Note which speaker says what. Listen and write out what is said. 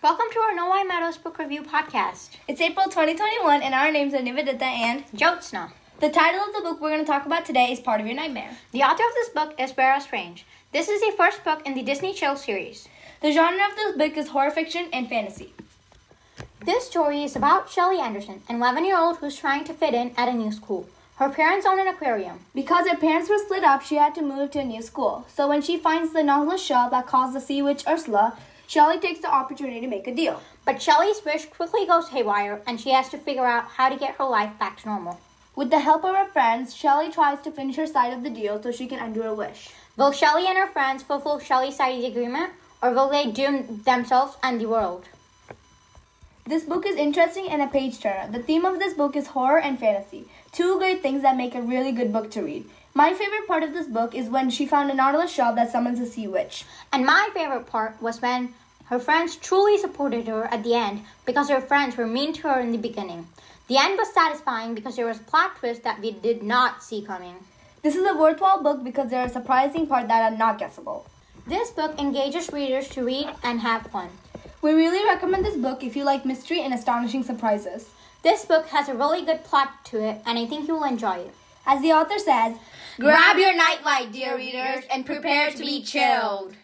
Speaker 1: Welcome to our No Why Matters book review podcast.
Speaker 2: It's April 2021, and our names are Nivedita and.
Speaker 1: Jyotsna.
Speaker 2: The title of the book we're going to talk about today is Part of Your Nightmare.
Speaker 1: The author of this book is Vera Strange. This is the first book in the Disney Chill series.
Speaker 2: The genre of this book is horror fiction and fantasy.
Speaker 1: This story is about Shelley Anderson, an 11 year old who's trying to fit in at a new school. Her parents own an aquarium.
Speaker 2: Because her parents were split up, she had to move to a new school. So when she finds the nautilus shell that caused the sea witch Ursula, Shelley takes the opportunity to make a deal.
Speaker 1: But Shelley's wish quickly goes haywire and she has to figure out how to get her life back to normal.
Speaker 2: With the help of her friends, Shelley tries to finish her side of the deal so she can undo her wish.
Speaker 1: Will Shelley and her friends fulfill Shelley's side of the agreement, or will they doom themselves and the world?
Speaker 2: This book is interesting and a page turner. The theme of this book is horror and fantasy, two great things that make a really good book to read. My favorite part of this book is when she found a nautilus shell that summons a sea witch.
Speaker 1: And my favorite part was when her friends truly supported her at the end because her friends were mean to her in the beginning. The end was satisfying because there was a plot twist that we did not see coming.
Speaker 2: This is a worthwhile book because there are surprising parts that are not guessable.
Speaker 1: This book engages readers to read and have fun.
Speaker 2: We really recommend this book if you like mystery and astonishing surprises.
Speaker 1: This book has a really good plot to it, and I think you will enjoy it.
Speaker 2: As the author says,
Speaker 3: Grab your nightlight, dear readers, and prepare to be chilled.